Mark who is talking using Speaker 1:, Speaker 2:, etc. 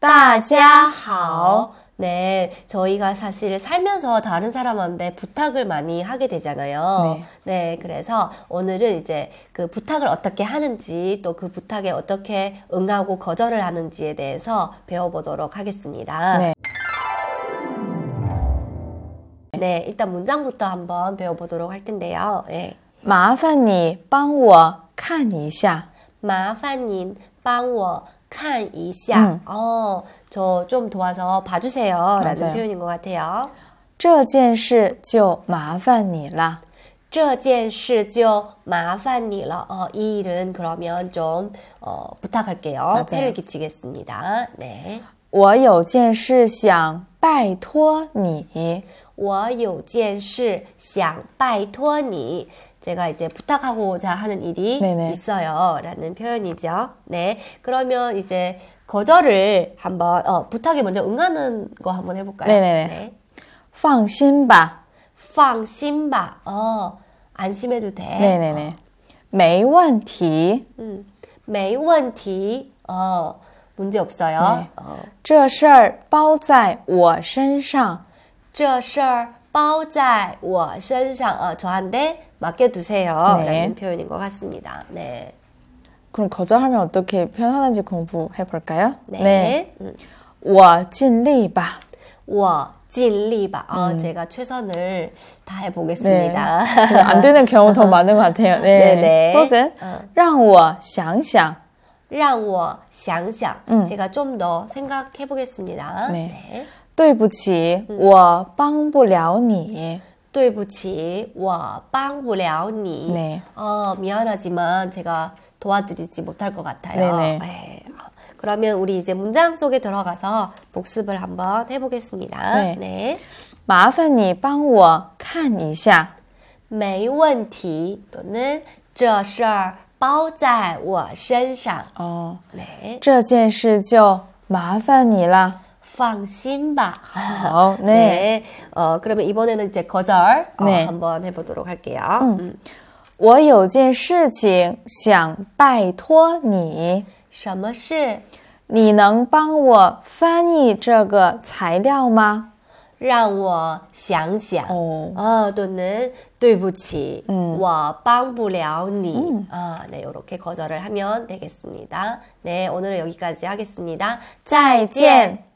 Speaker 1: 大家好.
Speaker 2: 네, 저희가 사실 살면서 다른 사람한테 부탁을 많이 하게 되잖아요.
Speaker 1: 네.
Speaker 2: 네, 그래서 오늘은 이제 그 부탁을 어떻게 하는지 또 그 부탁에 어떻게 응하고 거절을 하는지에 대해서 배워보도록 하겠습니다.
Speaker 1: 네.
Speaker 2: 네, 일단 문장부터 한번 배워보도록 할 텐데요. 예.
Speaker 1: 麻烦你帮我看一下。
Speaker 2: 마판님, 빵워, 칸, 이샤.
Speaker 1: 음.
Speaker 2: 어, 저 좀 도와서 봐주세요. 라는
Speaker 1: 맞아요.
Speaker 2: 표현인 것 같아요.
Speaker 1: 这件事就麻烦你啦。
Speaker 2: 这件事就麻烦你了. 어, 이 일은 그러면 좀 어, 부탁할게요.
Speaker 1: 맞아요.
Speaker 2: 해를 끼치겠습니다. 네.
Speaker 1: 我有件事想拜托你。
Speaker 2: 我有件事想拜托你. 제가 이제 부탁하고자 하는 일이
Speaker 1: 네네.
Speaker 2: 있어요. 라는 표현이죠. 네. 그러면 이제 거절을 한번, 어, 부탁에 먼저 응하는 거 한번 해볼까요?
Speaker 1: 네네네. 放心吧，
Speaker 2: 放心吧. 어, 안심해도 돼.
Speaker 1: 内内内，哎没问题。
Speaker 2: 음, 没问题. 어, 문제 없어요.
Speaker 1: 네.
Speaker 2: 어,
Speaker 1: 这事儿包在我身上。
Speaker 2: 这事儿包在我身上. 어, 저한테 맡겨두세요.
Speaker 1: 네.
Speaker 2: 라는 표현인 것 같습니다. 네.
Speaker 1: 그럼 거절하면 어떻게 표현하는지 공부해 볼까요?
Speaker 2: 네. 음,
Speaker 1: 我尽力 吧。
Speaker 2: 我尽力吧. 어,
Speaker 1: 음.
Speaker 2: 제가 최선을 다해 보겠습니다.
Speaker 1: 그안 되는 경우 더 많은 것 같아요. 네,
Speaker 2: 네네.
Speaker 1: 혹은
Speaker 2: 어.
Speaker 1: 让我想想。
Speaker 2: 让我想想.
Speaker 1: 음.
Speaker 2: 제가 좀 더 생각해 보겠습니다.
Speaker 1: 네. 对不起，
Speaker 2: 음.
Speaker 1: 我帮不了你。
Speaker 2: 对不起,我帮不了你.
Speaker 1: 네.
Speaker 2: 어, 미안하지만 제가 도와드리지 못할 것 같아요.
Speaker 1: 네네.
Speaker 2: 네. 그러면 우리 이제 문장 속에 들어가서 복습을 한번 해보겠습니다.
Speaker 1: 네.
Speaker 2: 네.
Speaker 1: 麻烦你帮我看一下。
Speaker 2: 没问题 또는 这事儿包在我身上.
Speaker 1: 어,
Speaker 2: 네.
Speaker 1: 这件事就麻烦你了。
Speaker 2: 放心吧.
Speaker 1: 好， 네.
Speaker 2: 네. 어, 그러면 이번에는 이제 거절 어,
Speaker 1: 네.
Speaker 2: 한번 해보도록 할게요. 음.
Speaker 1: 我有件事情想拜托你，
Speaker 2: 什么事
Speaker 1: 你能帮我翻译这个材料吗？
Speaker 2: 让我想想.
Speaker 1: 어.
Speaker 2: 어, 또는 对不起,
Speaker 1: 음.
Speaker 2: 我帮不了你. 아, 네, 이렇게 거절을 하면 되겠습니다. 네, 오늘은 여기까지 하겠습니다.
Speaker 1: 再见。